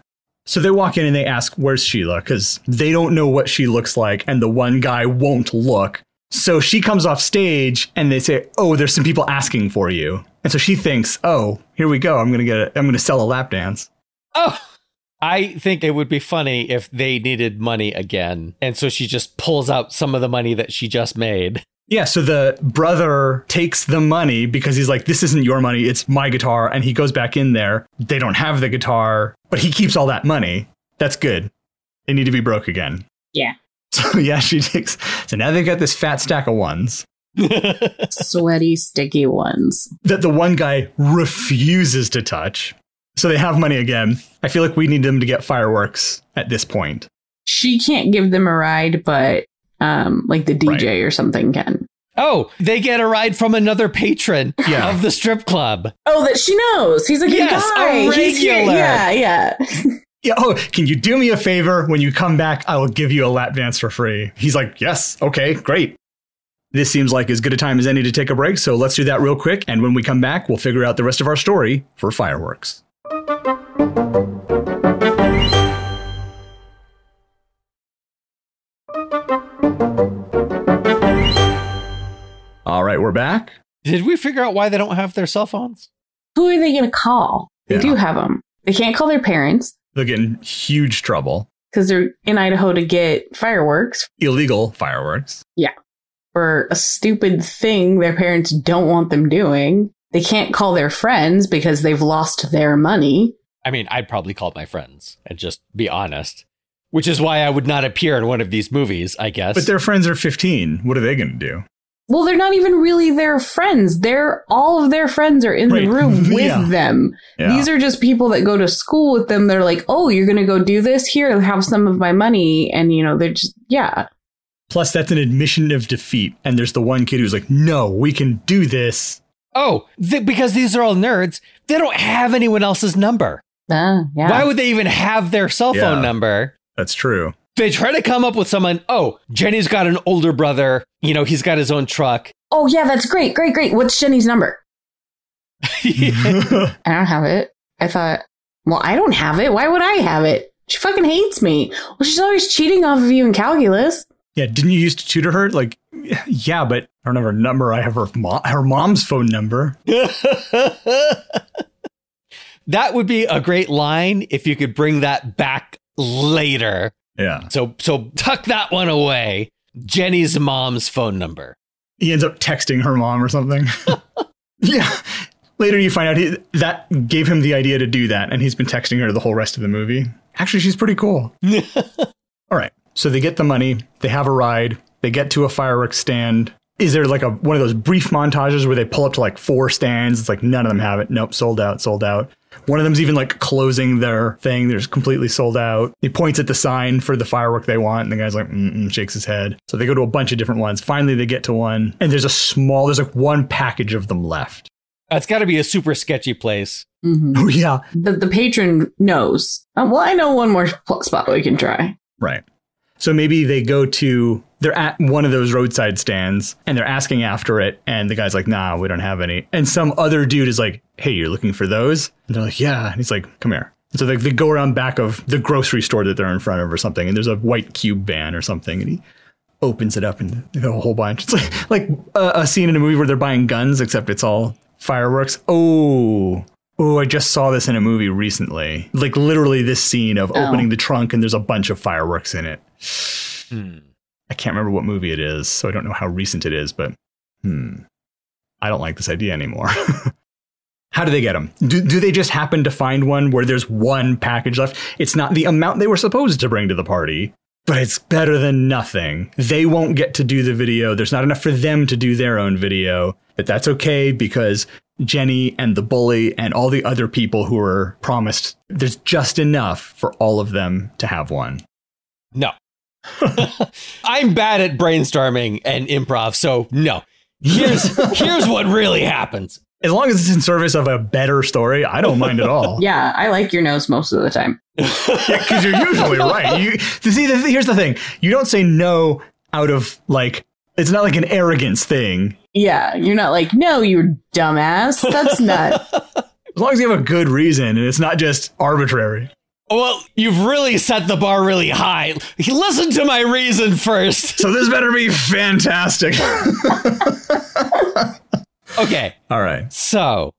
Speaker 3: So they walk in and they ask, "Where's Sheila?" Because they don't know what she looks like, and the one guy won't look. So she comes off stage, and they say, "Oh, there's some people asking for you." And so she thinks, "Oh, here we go. I'm gonna get. A, I'm gonna sell a lap dance."
Speaker 1: Oh, I think it would be funny if they needed money again. And so she just pulls out some of the money that she just made.
Speaker 3: Yeah, so the brother takes the money because he's like, this isn't your money, it's my guitar. And he goes back in there. They don't have the guitar, but he keeps all that money. That's good. They need to be broke again.
Speaker 2: Yeah.
Speaker 3: So, yeah, she takes. So now they've got this fat stack of ones
Speaker 2: Sweaty, sticky ones.
Speaker 3: that the one guy refuses to touch. So they have money again. I feel like we need them to get fireworks at this point.
Speaker 2: She can't give them a ride, but um, like the DJ or something can.
Speaker 1: oh, they get a ride from another patron
Speaker 3: Yeah.
Speaker 1: of the strip club.
Speaker 2: Oh, that she knows. He's a good
Speaker 1: Yes, a
Speaker 2: guy. He's here.
Speaker 1: regular.
Speaker 2: Yeah, yeah.
Speaker 3: Yeah, oh, can you do me a favor? When you come back, I will give you a lap dance for free. He's like, yes, okay, great. This seems like as good a time as any to take a break, so let's do that real quick. And when we come back, we'll figure out the rest of our story for fireworks. All right, we're back.
Speaker 1: Did we figure out why they don't have their cell phones?
Speaker 2: Who are they going to call? They
Speaker 3: Yeah.
Speaker 2: do have them. They can't call their parents.
Speaker 3: They'll get in huge trouble.
Speaker 2: because they're in Idaho to get fireworks
Speaker 3: Illegal fireworks.
Speaker 2: for a stupid thing their parents don't want them doing. They can't call their friends because they've lost their money.
Speaker 1: I mean, I'd probably call my friends and just be honest, which is why I would not appear in one of these movies, I guess.
Speaker 3: But their friends are 15. What are they going to do?
Speaker 2: Well, they're not even really their friends. They're all of their friends are in
Speaker 3: Right.
Speaker 2: the room with
Speaker 3: Yeah.
Speaker 2: them.
Speaker 3: Yeah.
Speaker 2: These are just people that go to school with them. They're like, "Oh, you're going to go do this here. Have some of my money." And you know, they're just yeah.
Speaker 3: Plus, that's an admission of defeat. And there's the one kid who's like, no, we can do this.
Speaker 1: Oh, th- because these are all nerds, they don't have anyone else's number.
Speaker 2: Ah, yeah.
Speaker 1: Why would they even have their cell phone
Speaker 3: Yeah.
Speaker 1: number?
Speaker 3: That's true.
Speaker 1: They try to come up with someone. Oh, Jenny's got an older brother. You know, he's got his own truck.
Speaker 2: oh, yeah, that's great. Great, great. What's Jenny's number? I don't have it. I thought, well, I don't have it. Why would I have it? She fucking hates me. Well, she's always cheating off of you in calculus.
Speaker 3: yeah, didn't you used to tutor her? Like, yeah, but I don't have her number. I have her, mo- her mom's phone number.
Speaker 1: that would be a great line if you could bring that back later.
Speaker 3: Yeah.
Speaker 1: So, so tuck that one away. Jenny's mom's phone number.
Speaker 3: He ends up texting her mom or something. yeah. Later, you find out he, that gave him the idea to do that. And he's been texting her the whole rest of the movie. Actually, she's pretty cool. All right. So they get the money, they have a ride, they get to a fireworks stand. Is there like a one of those brief montages where they pull up to like four stands? It's like none of them have it. Nope, sold out, sold out. One of them's even like closing their thing. They're just completely sold out. He points at the sign for the firework they want, and the guy's like, Mm-mm, shakes his head. So they go to a bunch of different ones. Finally, they get to one, and there's a small, there's like one package of them left.
Speaker 1: That's got to be a super sketchy place.
Speaker 2: hmm
Speaker 3: Oh, yeah.
Speaker 2: The, the patron knows. Uh, well, I know one more pl- spot we can try.
Speaker 3: Right. So maybe they go to they're at one of those roadside stands and they're asking after it and the guy's like, "Nah, we don't have any." And some other dude is like, "Hey, you're looking for those?" And they're like, "Yeah." And he's like, "Come here." And so they, they go around back of the grocery store that they're in front of or something and there's a white cube van or something and he opens it up and they got a whole bunch. It's like like a, a scene in a movie where they're buying guns except it's all fireworks. Oh. Oh, I just saw this in a movie recently. Like literally this scene of
Speaker 2: Oh.
Speaker 3: opening the trunk and there's a bunch of fireworks in it.
Speaker 1: Hmm.
Speaker 3: I can't remember what movie it is, so I don't know how recent it is, but hmm. I don't like this idea anymore. how do they get them? Do, do they just happen to find one where there's one package left? It's not the amount they were supposed to bring to the party, but it's better than nothing. They won't get to do the video. There's not enough for them to do their own video, but that's okay because Jenny and the bully and all the other people who were promised, there's just enough for all of them to have one.
Speaker 1: No. I'm bad at brainstorming and improv, so no. Here's here's what really happens.
Speaker 3: As long as it's in service of a better story, I don't mind at all.
Speaker 2: Yeah, I like your nose most of the time.
Speaker 3: because you're usually right. You see, the, here's the thing: you don't say no out of like. It's not like an arrogance thing.
Speaker 2: Yeah, you're not like, no, you dumbass. That's not.
Speaker 3: As long as you have a good reason and it's not just arbitrary.
Speaker 1: Well, you've really set the bar really high. Listen to my reason first.
Speaker 3: So this better be fantastic.
Speaker 1: Okay.
Speaker 3: all right.
Speaker 1: So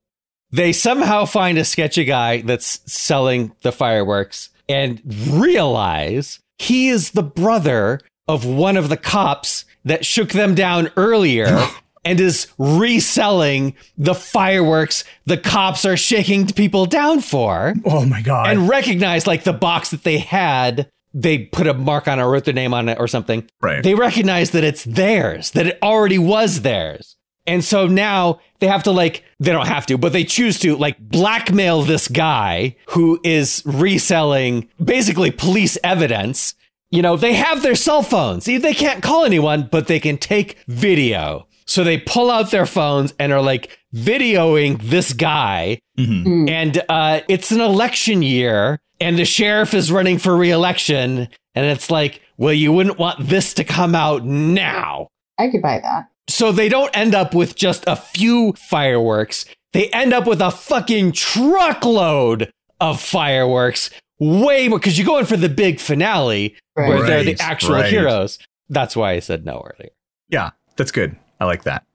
Speaker 1: they somehow find a sketchy guy that's selling the fireworks and realize he is the brother of one of the cops that shook them down earlier and is reselling the fireworks the cops are shaking people down for
Speaker 3: Oh my god.
Speaker 1: and recognize like the box that they had they put a mark on it or wrote their name on it or something
Speaker 3: right.
Speaker 1: they recognize that it's theirs, that it already was theirs. And so now they have to like, they don't have to, but they choose to like blackmail this guy who is reselling basically police evidence. You know, they have their cell phones. See, They can't call anyone, but they can take video. So they pull out their phones and are like videoing this guy
Speaker 3: Mhm.
Speaker 2: Mm.
Speaker 1: and uh, it's an election year, and the sheriff is running for reelection. And it's like, well, you wouldn't want this to come out now.
Speaker 2: I could buy that.
Speaker 1: So they don't end up with just a few fireworks. They end up with a fucking truckload of fireworks, way more. Because you go in for the big finale where
Speaker 3: Right.
Speaker 1: they're the actual
Speaker 3: right.
Speaker 1: heroes. That's why I said no earlier.
Speaker 3: That's good. I like that.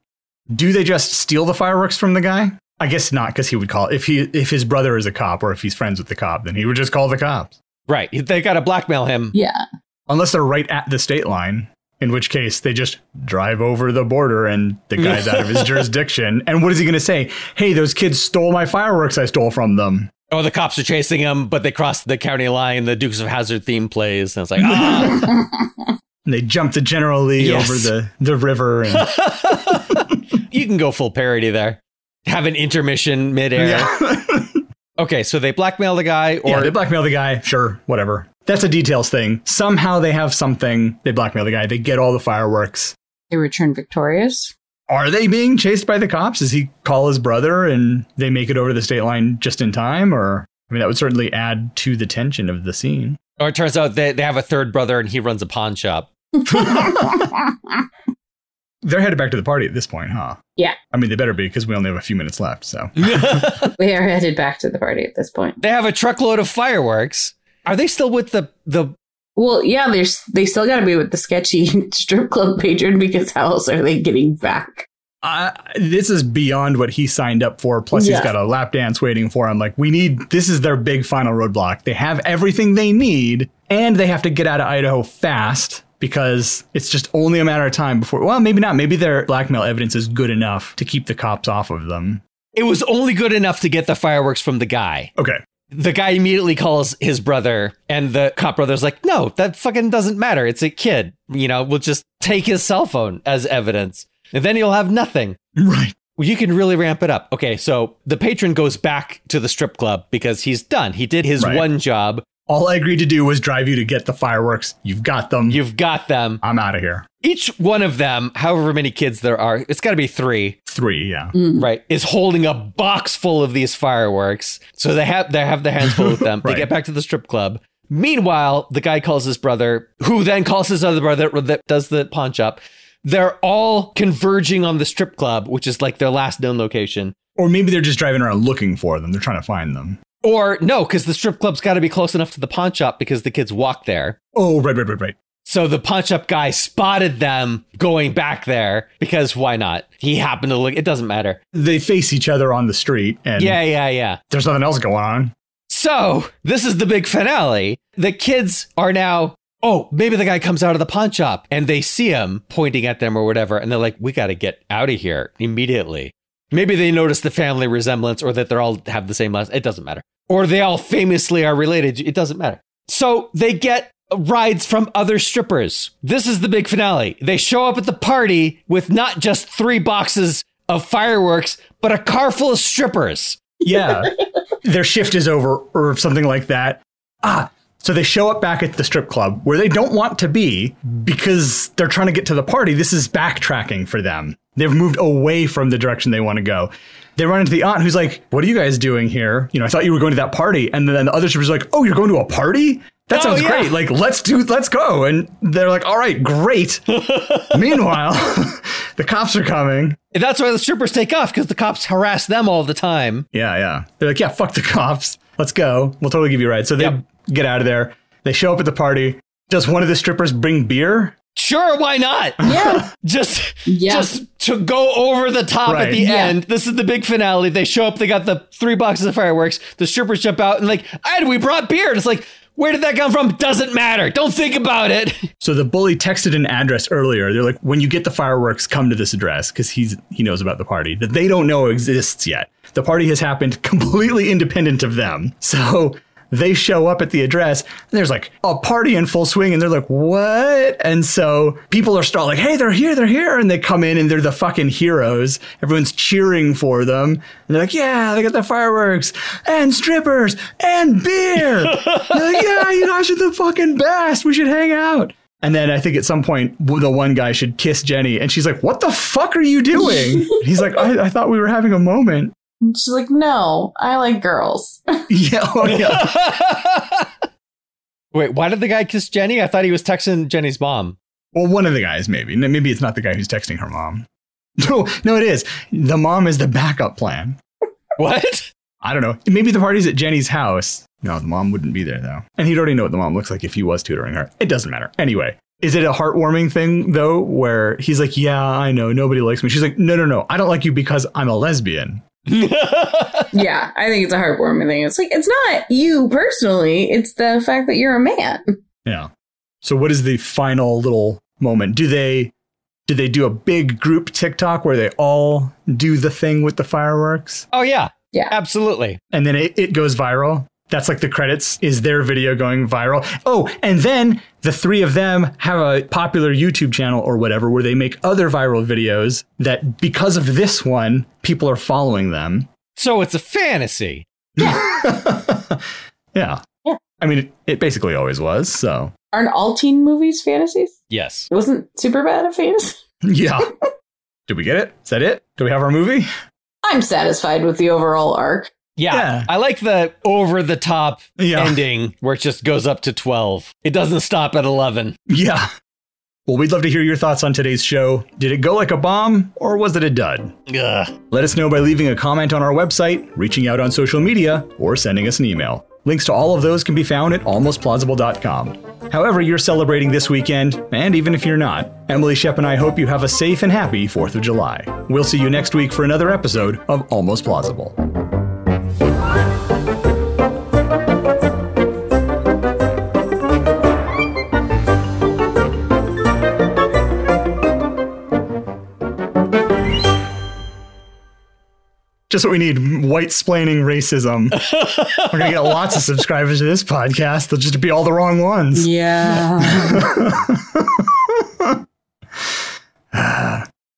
Speaker 3: Do they just steal the fireworks from the guy? I guess not, because he would call if he if his brother is a cop or if he's friends with the cop, then he would just call the cops.
Speaker 1: Right. They got to blackmail him.
Speaker 2: Yeah.
Speaker 3: Unless they're right at the state line, in which case they just drive over the border and the guy's out of his jurisdiction. And what is he going to say? Hey, those kids stole my fireworks I stole from them.
Speaker 1: Oh, the cops are chasing him, but they cross the county line. The Dukes of Hazard theme plays. And it's like, ah.
Speaker 3: And they jump to General Lee
Speaker 1: Yes.
Speaker 3: over the, the river. And,
Speaker 1: you can go full parody there. Have an intermission midair.
Speaker 3: yeah.
Speaker 1: Okay, so they blackmail the guy,
Speaker 3: Yeah,
Speaker 1: or
Speaker 3: they blackmail the guy. Sure, whatever. That's a details thing. Somehow they have something. They blackmail the guy. They get all the fireworks.
Speaker 2: They return victorious.
Speaker 3: Are they being chased by the cops? Does he call his brother and they make it over the state line just in time? Or, I mean, that would certainly add to the tension of the scene.
Speaker 1: or it turns out they, they have a third brother and he runs a pawn shop.
Speaker 3: They're headed back to the party at this point, huh?
Speaker 2: Yeah.
Speaker 3: I mean, they better be because we only have a few minutes left. So
Speaker 1: they
Speaker 2: we are headed back to the party at this point.
Speaker 1: have a truckload of fireworks. Are they still with the the?
Speaker 2: Well, yeah, there's they still got to be with the sketchy strip club patron because how else are they getting back?
Speaker 3: uh, this is beyond what he signed up for. Plus,
Speaker 2: Yeah.
Speaker 3: he's got a lap dance waiting for him. Like, we need this is their big final roadblock. They have everything they need, and they have to get out of Idaho fast because it's just only a matter of time before. Well, maybe not. Maybe their blackmail evidence is good enough to keep the cops off of them.
Speaker 1: It was only good enough to get the fireworks from the guy.
Speaker 3: Okay.
Speaker 1: The guy immediately calls his brother, and the cop brother's like, "No, that fucking doesn't matter. It's a kid. You know, we'll just take his cell phone as evidence, and then he'll have nothing."
Speaker 3: Right.
Speaker 1: Well, you can really ramp it up. Okay, so the patron goes back to the strip club because he's done. He did his
Speaker 3: Right.
Speaker 1: one job.
Speaker 3: All I agreed to do was drive you to get the fireworks. You've got them.
Speaker 1: You've got them.
Speaker 3: I'm out of here.
Speaker 1: Each one of them, however many kids there are, it's got to be three,
Speaker 3: Three, yeah.
Speaker 1: right? Is holding a box full of these fireworks. So they have they have their hands full with them.
Speaker 3: Right.
Speaker 1: They get back to the strip club. Meanwhile, the guy calls his brother, who then calls his other brother that does the paunch up. They're all converging on the strip club, which is like their last known location.
Speaker 3: Or maybe they're just driving around looking for them. They're trying to find them.
Speaker 1: Or no, because the strip club's got to be close enough to the pawn shop because the kids walk there.
Speaker 3: Oh, right, right, right, right.
Speaker 1: So the pawn shop guy spotted them going back there because why not? He happened to look. It doesn't matter.
Speaker 3: They face each other on the street and
Speaker 1: Yeah, yeah, yeah.
Speaker 3: there's nothing else going on.
Speaker 1: So this is the big finale. The kids are now. Oh, maybe the guy comes out of the pawn shop and they see him pointing at them or whatever, and they're like, "We got to get out of here immediately." Maybe they notice the family resemblance or that they're all have the same last. It doesn't matter. Or they all famously are related. It doesn't matter. So they get rides from other strippers. This is the big finale. They show up at the party with not just three boxes of fireworks, but a car full of strippers.
Speaker 3: Yeah. Their shift is over or something like that. Ah, so they show up back at the strip club where they don't want to be because they're trying to get to the party. This is backtracking for them. They've moved away from the direction they want to go. They run into the aunt who's like, What are you guys doing here? You know, I thought you were going to that party. And then the other stripper's like, Oh, you're going to a party? That
Speaker 1: Oh,
Speaker 3: sounds
Speaker 1: yeah.
Speaker 3: great. Like, let's do, let's go. And they're like, All right, great. Meanwhile, the cops are coming.
Speaker 1: And that's why the strippers take off because the cops harass them all the time.
Speaker 3: Yeah, yeah. They're like, yeah, fuck the cops. Let's go. We'll totally give you a ride. So they
Speaker 1: Yep.
Speaker 3: get out of there. They show up at the party. Does one of the strippers bring beer?
Speaker 1: Sure, why not?
Speaker 2: Yeah.
Speaker 1: Just,
Speaker 2: Yeah.
Speaker 1: just to go over the top
Speaker 3: Right.
Speaker 1: at the
Speaker 2: Yeah.
Speaker 1: end. This is the big finale. They show up. They got the three boxes of fireworks. The strippers jump out and like, and we brought beer. And it's like, where did that come from? Doesn't matter. Don't think about it.
Speaker 3: So the bully texted an address earlier. They're like, when you get the fireworks, come to this address because he's he knows about the party that they don't know exists yet. The party has happened completely independent of them. So they show up at the address and there's like a party in full swing and they're like, what? And so people are start like, hey, they're here, they're here. And they come in and they're the fucking heroes. Everyone's cheering for them. And they're like, yeah, they got the fireworks and strippers and beer. They're like, yeah, you guys are the fucking best. We should hang out. And then I think at some point, w- the one guy should kiss Jenny, and she's like, What the fuck are you doing? He's like, I, I thought we were having a moment.
Speaker 2: And she's like, no, I like girls.
Speaker 3: Yeah, oh, yeah.
Speaker 1: Wait, why did the guy kiss Jenny? I thought he was texting Jenny's mom.
Speaker 3: Well, one of the guys, maybe. N- Maybe it's not the guy who's texting her mom. No, no, it is. The mom is the backup plan.
Speaker 1: What?
Speaker 3: I don't know. Maybe the party's at Jenny's house. No, the mom wouldn't be there, though. And he'd already know what the mom looks like if he was tutoring her. It doesn't matter. Anyway, is it a heartwarming thing, though, where he's like, Yeah, I know. Nobody likes me. She's like, No, no, no. I don't like you because I'm a lesbian.
Speaker 2: yeah, I think it's a heartwarming thing. It's like, it's not you personally, it's the fact that you're a man.
Speaker 3: Yeah. So what is the final little moment? Do they do they do a big group TikTok where they all do the thing with the fireworks
Speaker 1: oh yeah,
Speaker 2: Yeah.
Speaker 1: absolutely.
Speaker 3: and then it, it goes viral? That's like the credits is their video going viral. Oh, and then the three of them have a popular YouTube channel or whatever where they make other viral videos that because of this one, people are following them.
Speaker 1: So it's a fantasy.
Speaker 3: yeah.
Speaker 2: Yeah.
Speaker 3: I mean, it, it basically always was. So,
Speaker 2: Aren't all teen movies fantasies?
Speaker 1: Yes.
Speaker 2: It wasn't super bad a fantasy.
Speaker 3: yeah. Did we get it? Is that it? Do we have our movie?
Speaker 2: I'm satisfied with the overall arc.
Speaker 1: Yeah.
Speaker 3: Yeah.
Speaker 1: I like the over the top
Speaker 3: Yeah.
Speaker 1: ending where it just goes up to 12. It doesn't stop at 11.
Speaker 3: yeah. Well, we'd love to hear your thoughts on today's show. Did it go like a bomb or was it a dud?
Speaker 1: Ugh.
Speaker 3: Let us know by leaving a comment on our website, reaching out on social media, or sending us an email. Links to all of those can be found at almostplausible.com. However, you're celebrating this weekend, and even if you're not, Emily Shep and I hope you have a safe and happy 4th of July. We'll see you next week for another episode of Almost Plausible. Just what we need white splaining racism. We're going to get lots of subscribers to this podcast. They'll just be all the wrong ones.
Speaker 2: Yeah.